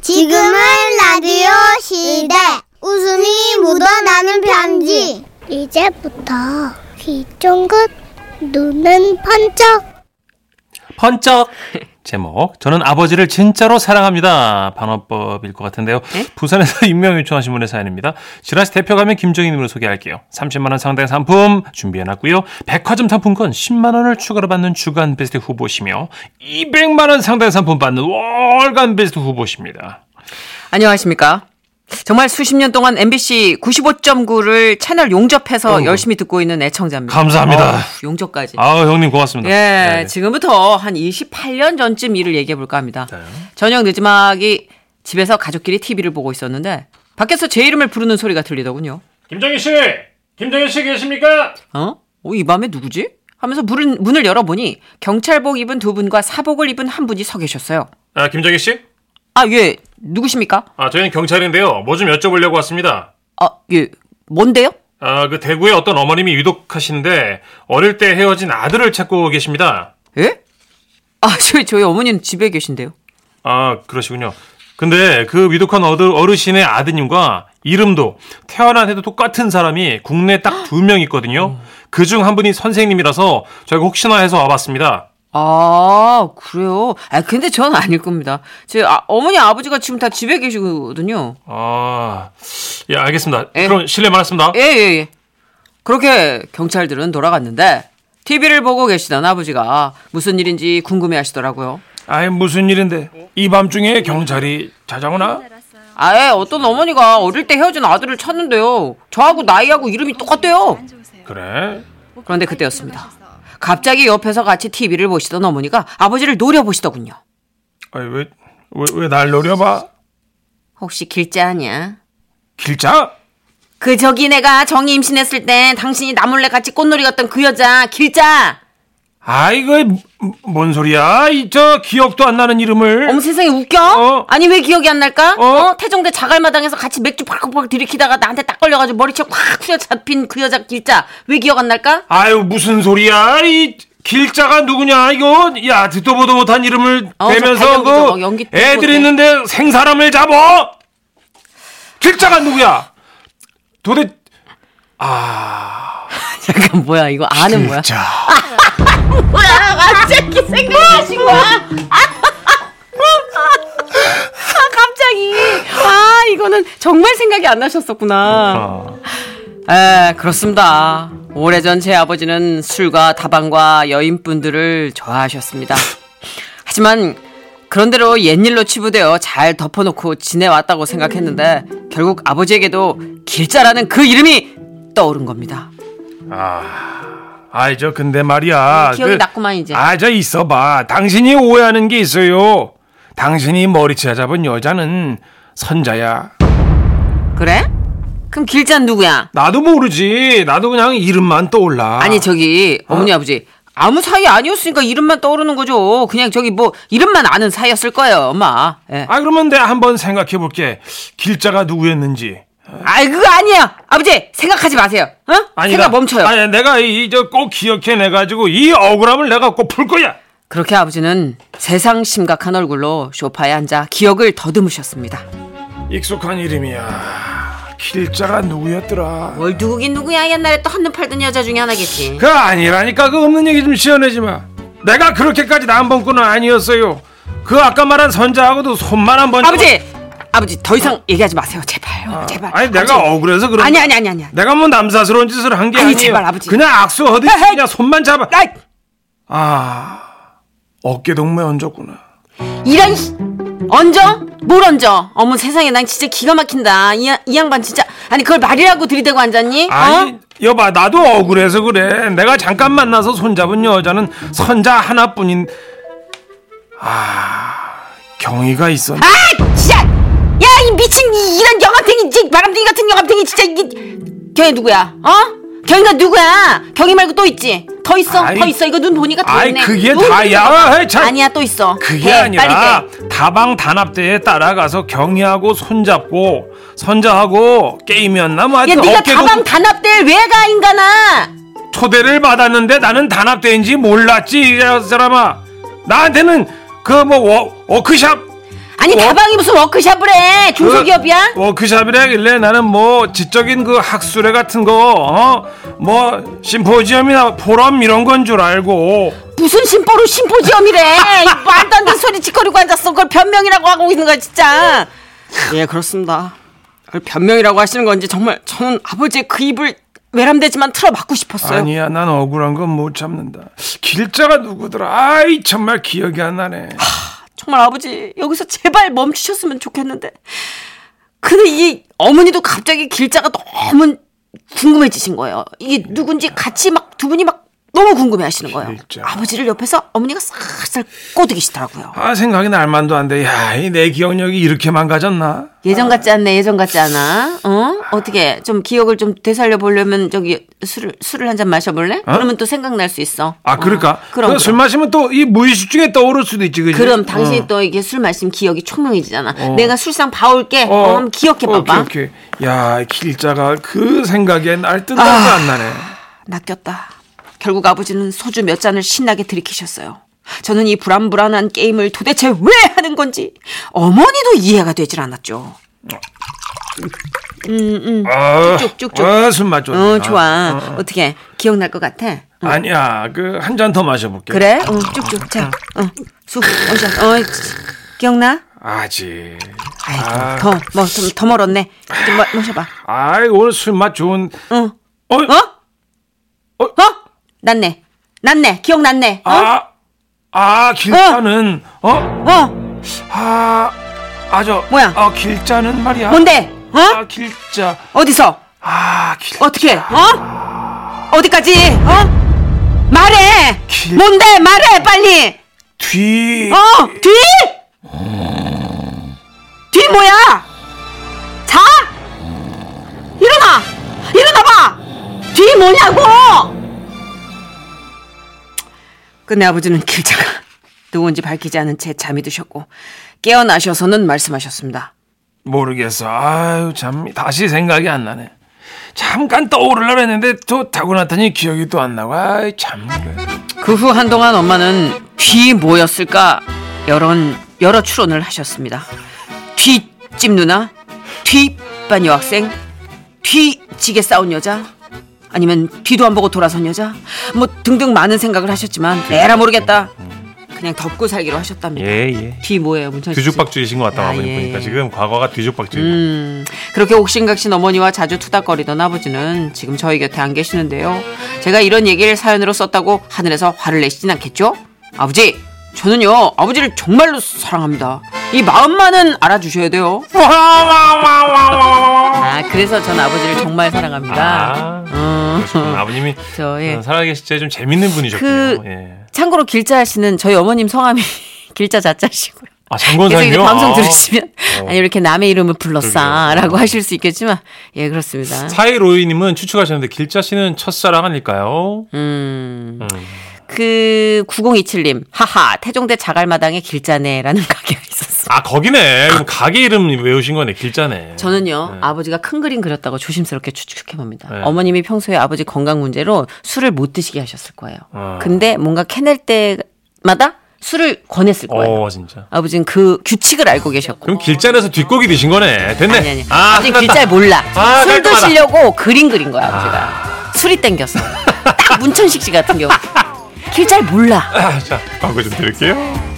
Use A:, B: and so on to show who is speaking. A: 지금은 라디오 시대. 웃음이 묻어나는 편지. 이제부터 귀 쫑긋, 눈은 번쩍.
B: 번쩍 제목 저는 아버지를 진짜로 사랑합니다 반어법일 것 같은데요
C: 네?
B: 부산에서 임명 요청하신 분의 사연입니다 지라시 대표 가면 김정희님으로 소개할게요 30만 원 상당의 상품 준비해놨고요 백화점 상품권 10만 원을 추가로 받는 주간 베스트 후보시며 200만 원 상당의 상품 받는 월간 베스트 후보십니다
C: 안녕하십니까. 정말 수십 년 동안 MBC 95.9를 채널 용접해서
B: 어이구.
C: 열심히 듣고 있는 애청자입니다.
B: 감사합니다.
C: 어우, 용접까지.
B: 아 형님 고맙습니다
C: 네. 예,
B: 네, 네.
C: 지금부터 한 28년 전쯤 일을 얘기해 볼까 합니다.
B: 네.
C: 저녁 늦지막이 집에서 가족끼리 TV를 보고 있었는데 밖에서 제 이름을 부르는 소리가 들리더군요.
B: 김정희 씨 김정희 씨 계십니까
C: 어? 어, 이 밤에 누구지? 하면서 문을, 문을 열어보니 경찰복 입은 두 분과 사복을 입은 한 분이 서 계셨어요.
B: 아 김정희 씨
C: 아, 예. 누구십니까?
B: 아, 저희는 경찰인데요 뭐 좀 여쭤보려고 왔습니다
C: 아, 예. 뭔데요?
B: 아, 그 대구의 어떤 어머님이 유독하신데 어릴 때 헤어진 아들을 찾고 계십니다.
C: 예? 아, 저희, 저희 어머님 집에 계신데요.
B: 아, 그러시군요. 근데 그 위독한 어드- 어르신의 아드님과 이름도 태어난 해도 똑같은 사람이 국내에 딱 두 명 있거든요. 그 중 한 분이 선생님이라서 저희가 혹시나 해서 와봤습니다.
C: 아, 그래요? 아, 근데 전 아닐 겁니다. 제 아, 어머니, 아버지가 지금 다 집에 계시거든요.
B: 아, 예, 알겠습니다.
C: 예.
B: 그럼 실례 많았습니다.
C: 예, 예, 예. 그렇게 경찰들은 돌아갔는데, TV를 보고 계시던 아버지가 무슨 일인지 궁금해 하시더라고요.
B: 아이, 무슨 일인데? 이 밤중에 경찰이 찾아오나?
C: 아예 어떤 어머니가 어릴 때 헤어진 아들을 찾는데요. 저하고 나이하고 이름이 똑같대요.
B: 그래?
C: 그런데 그때였습니다. 갑자기 옆에서 같이 TV를 보시던 어머니가 아버지를 노려보시더군요.
B: 아이, 왜, 왜, 왜 날 노려봐?
C: 혹시 길자하냐?
B: 길자?
C: 그 저기 내가 정이 임신했을 때 당신이 나 몰래 같이 꽃놀이 갔던 그 여자 길자.
B: 아이고 뭐, 뭔 소리야? 이 저 기억도 안 나는 이름을
C: 어머 세상에 웃겨?
B: 어.
C: 아니 왜 기억이 안 날까?
B: 어.
C: 어? 태종대 자갈마당에서 같이 맥주 팍팍팍 들이키다가 나한테 딱 걸려가지고 머리채 확 후려 잡힌 그 여자 길자 왜 기억 안 날까?
B: 아유 무슨 소리야? 이 길자가 누구냐 이거? 야 듣도 보도 못한 이름을
C: 어, 저
B: 대면서
C: 발령기도
B: 그
C: 막 연기 뜨고
B: 애들
C: 그래.
B: 있는데 생사람을 잡어? 길자가 누구야? 도대
C: 잠깐 뭐야 이거 아는 뭐야?
B: 길자
C: 뭐야 갑자기 생각나신 거야? 아, 갑자기 아 이거는 정말 생각이 안 나셨었구나.
B: 어.
C: 에 그렇습니다. 오래전 제 아버지는 술과 다방과 여인분들을 좋아하셨습니다. 하지만 그런대로 옛일로 치부되어 잘 덮어놓고 지내왔다고 생각했는데 결국 아버지에게도 길자라는 그 이름이 떠오른 겁니다.
B: 아이 저 근데
C: 그
B: 말이야 그
C: 기억이 났구만, 이제.
B: 아저 있어봐 당신이 오해하는 게 있어요 당신이 머리채 잡은 여자는 선자야
C: 그래? 그럼 길자는 누구야?
B: 나도 모르지. 나도 그냥 이름만 떠올라.
C: 아니 저기 어머니 아버지 아무 사이 아니었으니까 이름만 떠오르는 거죠. 그냥 저기 뭐 이름만 아는 사이였을 거예요, 엄마. 예.
B: 아 그러면 내가 한번 생각해 볼게. 길자가 누구였는지.
C: 아이 그거 아니야, 아버지 생각하지 마세요. 어? 생각 멈춰요.
B: 아니 내가 이저꼭 기억해 내 가지고 이 억울함을 내가 꼭 풀 거야.
C: 그렇게 아버지는 세상 심각한 얼굴로 소파에 앉아 기억을 더듬으셨습니다.
B: 익숙한 이름이야. 길자가 누구였더라.
C: 뭘 누구긴 누구야 옛날에 또 한눈 팔던 여자 중에 하나겠지.
B: 그 아니라니까 그 없는 얘기 좀 시원해지 마. 내가 그렇게까지 남봉꾼은 아니었어요. 그 아까 말한 선자하고도 손만 한번
C: 아버지, 아버지 더 이상 얘기하지 마세요, 제발요, 제발.
B: 아니 내가
C: 아버지.
B: 억울해서 그런
C: 아니 아니 아니 아니.
B: 내가 뭐 남사스러운 짓을 한 게
C: 아니,
B: 아니에요.
C: 제발, 아버지.
B: 그냥 악수하듯이
C: 에헤이.
B: 그냥 손만 잡아.
C: 아이,
B: 아 어깨 동무에 얹었구나.
C: 이런 씨- 얹어? 뭘 얹어? 어머 세상에 난 진짜 기가 막힌다. 이, 야- 이 양반 진짜 아니 그걸 말이라고 들이대고 앉았니?
B: 아니
C: 어?
B: 여봐 나도 억울해서 그래. 내가 잠깐 만나서 손잡은 여자는 선자 하나뿐인 아 경위가 있었네.
C: 아 진짜 야 이 미친 이, 이런 영암탱이 이 바람탱이 같은 영암탱이 진짜 이게 경이 누구야? 어? 경이가 누구야? 경이 말고 또 있지? 더 있어?
B: 아이,
C: 더 있어? 이거 눈 보니까 더
B: 아이,
C: 있네.
B: 그게
C: 눈
B: 다야.
C: 보니까.
B: 에이, 참.
C: 아니야 또 있어.
B: 그게
C: 해,
B: 아니라
C: 네, 빨리 해.
B: 다방 단합대에 따라가서 경의하고 손잡고 선자하고 게임이었나 뭐
C: 야
B: 하여튼
C: 네가
B: 어깨
C: 다방
B: 동무
C: 단합대회 왜가 인간아?
B: 초대를 받았는데 나는 단합대인지 몰랐지 이 사람아 나한테는 그 뭐 워크샵
D: 아니 다방이 무슨 워크샵을 해 중소기업이야?
B: 그 워크샵이라길래 나는 뭐 지적인 그 학술회 같은 거, 어? 뭐 심포지엄이나 포럼 이런 건 줄 알고.
D: 무슨 심보로 심포지엄이래 이 말도 안 되는 소리 짓거리고 앉았어 그걸 변명이라고 하고 있는 거야 진짜
C: 예, 그렇습니다. 그걸 변명이라고 하시는 건지 정말 저는 아버지의 그 입을 외람되지만 틀어막고 싶었어요.
B: 아니야, 난 억울한 건 못 참는다. 길자가 누구더라? 아이 정말 기억이 안 나네.
C: 정말 아버지 여기서 제발 멈추셨으면 좋겠는데. 근데 이 어머니도 갑자기 길자가 너무 궁금해지신 거예요. 이게 누군지 같이 막 두 분이 막 너무 궁금해하시는 거예요.
B: 길자.
C: 아버지를 옆에서 어머니가 싹싹 꼬드기시더라고요.
B: 아 생각이 날 만도 안 돼. 야, 이 내 기억력이 이렇게 망가졌나?
C: 예전 같지 않네. 예전 같지 않아. 어? 어떻게 좀 기억을 좀 되살려 보려면 저기 술을 술을 한 잔 마셔볼래? 그러면 또 생각날 수 있어.
B: 어? 아 그럴까?
C: 어, 그럼,
B: 그술
C: 그럼.
B: 마시면 또 이 무의식 중에 떠오를 수도 있지, 그지?
C: 그럼 당신이 또 이게 술 마시면 기억이 총명해지잖아. 내가 술상 봐올게.
B: 어.
C: 어, 한번 기억해 봐봐.
B: 오케이, 오케이. 야, 길자가 그 생각에 날
C: 아.
B: 뜬다고 안 나네.
C: 낚였다. 결국 아버지는 소주 몇 잔을 신나게 들이키셨어요. 저는 이 불안불안한 게임을 도대체 왜 하는 건지 어머니도 이해가 되질 않았죠.
B: 아,
C: 쭉쭉쭉쭉.
B: 아, 술맛 좋네.
C: 어,
B: 아,
C: 좋아.
B: 어,
C: 어, 떻게 기억날 것 같아?
B: 아니야, 그 한 잔 더 마셔볼게.
C: 그래? 어, 쭉쭉. 자, 어, 수, 원샷. 어, 기억나?
B: 아직.
C: 아이고, 더, 뭐, 좀, 더 멀었네. 좀 마- 마셔봐.
B: 아이, 오늘 술맛 좋은.
C: 응.
B: 어?
C: 어?
B: 어?
C: 어? 났네. 났네. 기억났네. 어?
B: 아, 아, 길자는, 어?
C: 어?
B: 아, 아, 저.
C: 뭐야?
B: 아, 길자는 말이야.
C: 뭔데? 어?
B: 아, 길자.
C: 어디서?
B: 아, 길.
C: 어떻게? 어? 어디까지? 어? 말해!
B: 길-
C: 뭔데? 말해! 빨리!
B: 뒤.
C: 어? 뒤? 뒤 뭐야? 자? 일어나! 일어나봐! 뒤 뭐냐고! 끝내 아버지는 길자가 누군지 밝히지 않은 채 잠이 드셨고 깨어나셔서는 말씀하셨습니다.
B: 모르겠어. 아유, 참. 다시 생각이 안 나네. 잠깐 떠오르려고 했는데 또 자고 났더니 기억이 또 안 나고. 아이, 참. 그래.
C: 그 후 한동안 엄마는 뒤 뭐였을까 여러 여러 추론을 하셨습니다. 뒷집 누나, 뒷반 여학생, 뒤지게 싸운 여자, 아니면 뒤도 안 보고 돌아선 여자, 뭐 등등 많은 생각을 하셨지만 에라 모르겠다. 그냥 덮고 살기로 하셨답니다.
B: 네. 예, 예.
C: 뒤 뭐예요, 문천 씨?
B: 뒤죽박죽이신 것 같다,
C: 아,
B: 아버님
C: 예.
B: 보니까. 지금 과거가 뒤죽박죽.
C: 음, 그렇게 옥신각신 어머니와 자주 투닥거리던 아버지는 지금 저희 곁에 안 계시는데요. 제가 이런 얘기를 사연으로 썼다고 하늘에서 화를 내시진 않겠죠? 아버지, 저는요, 아버지를 정말로 사랑합니다. 이 마음만은 알아주셔야 돼요. 아, 그래서 전 아버지를 정말 사랑합니다.
B: 아, 어.
C: 음,
B: 그렇구나. 아버님이
C: 저, 예.
B: 살아계실 때 좀 재밌는 분이셨군요.
C: 그-
B: 예.
C: 참고로 길자 씨는 저희 어머님 성함이 길자 자자시고요.
B: 아,
C: 그래서
B: 장건상이요?
C: 이제 방송
B: 아.
C: 들으시면
B: 어.
C: 아니 이렇게 남의 이름을 불렀어라고
B: 그러게요.
C: 하실 수 있겠지만 예 그렇습니다.
B: 사이로이님은 추측하셨는데 길자 씨는 첫사랑 아닐까요?
C: 음.
B: 음.
C: 그 9027님 하하 태종대 자갈마당에 길자네라는 가게가 있었어.
B: 아 거기네. 그럼 가게 이름 외우신 거네. 길자네.
C: 저는요
B: 네.
C: 아버지가 큰 그림 그렸다고 조심스럽게 추측해 봅니다.
B: 네.
C: 어머님이 평소에 아버지 건강 문제로 술을 못 드시게 하셨을 거예요.
B: 어.
C: 근데 뭔가 캐낼 때마다 술을 권했을 거예요.
B: 어 진짜.
C: 아버지는 그 규칙을 알고 계셨고.
B: 그럼 길자에서 뒷고기 드신 거네. 됐네.
C: 아니 아니.
B: 아,
C: 아, 버지
B: 끝났다.
C: 글자를 몰라.
B: 아,
C: 술
B: 깔끔하다.
C: 드시려고 그림 그린 거야 아버지가. 술이 땡겼어. 딱 문천식 씨 같은 경우. 길자를 몰라.
B: 아, 자, 광고 좀 드릴게요.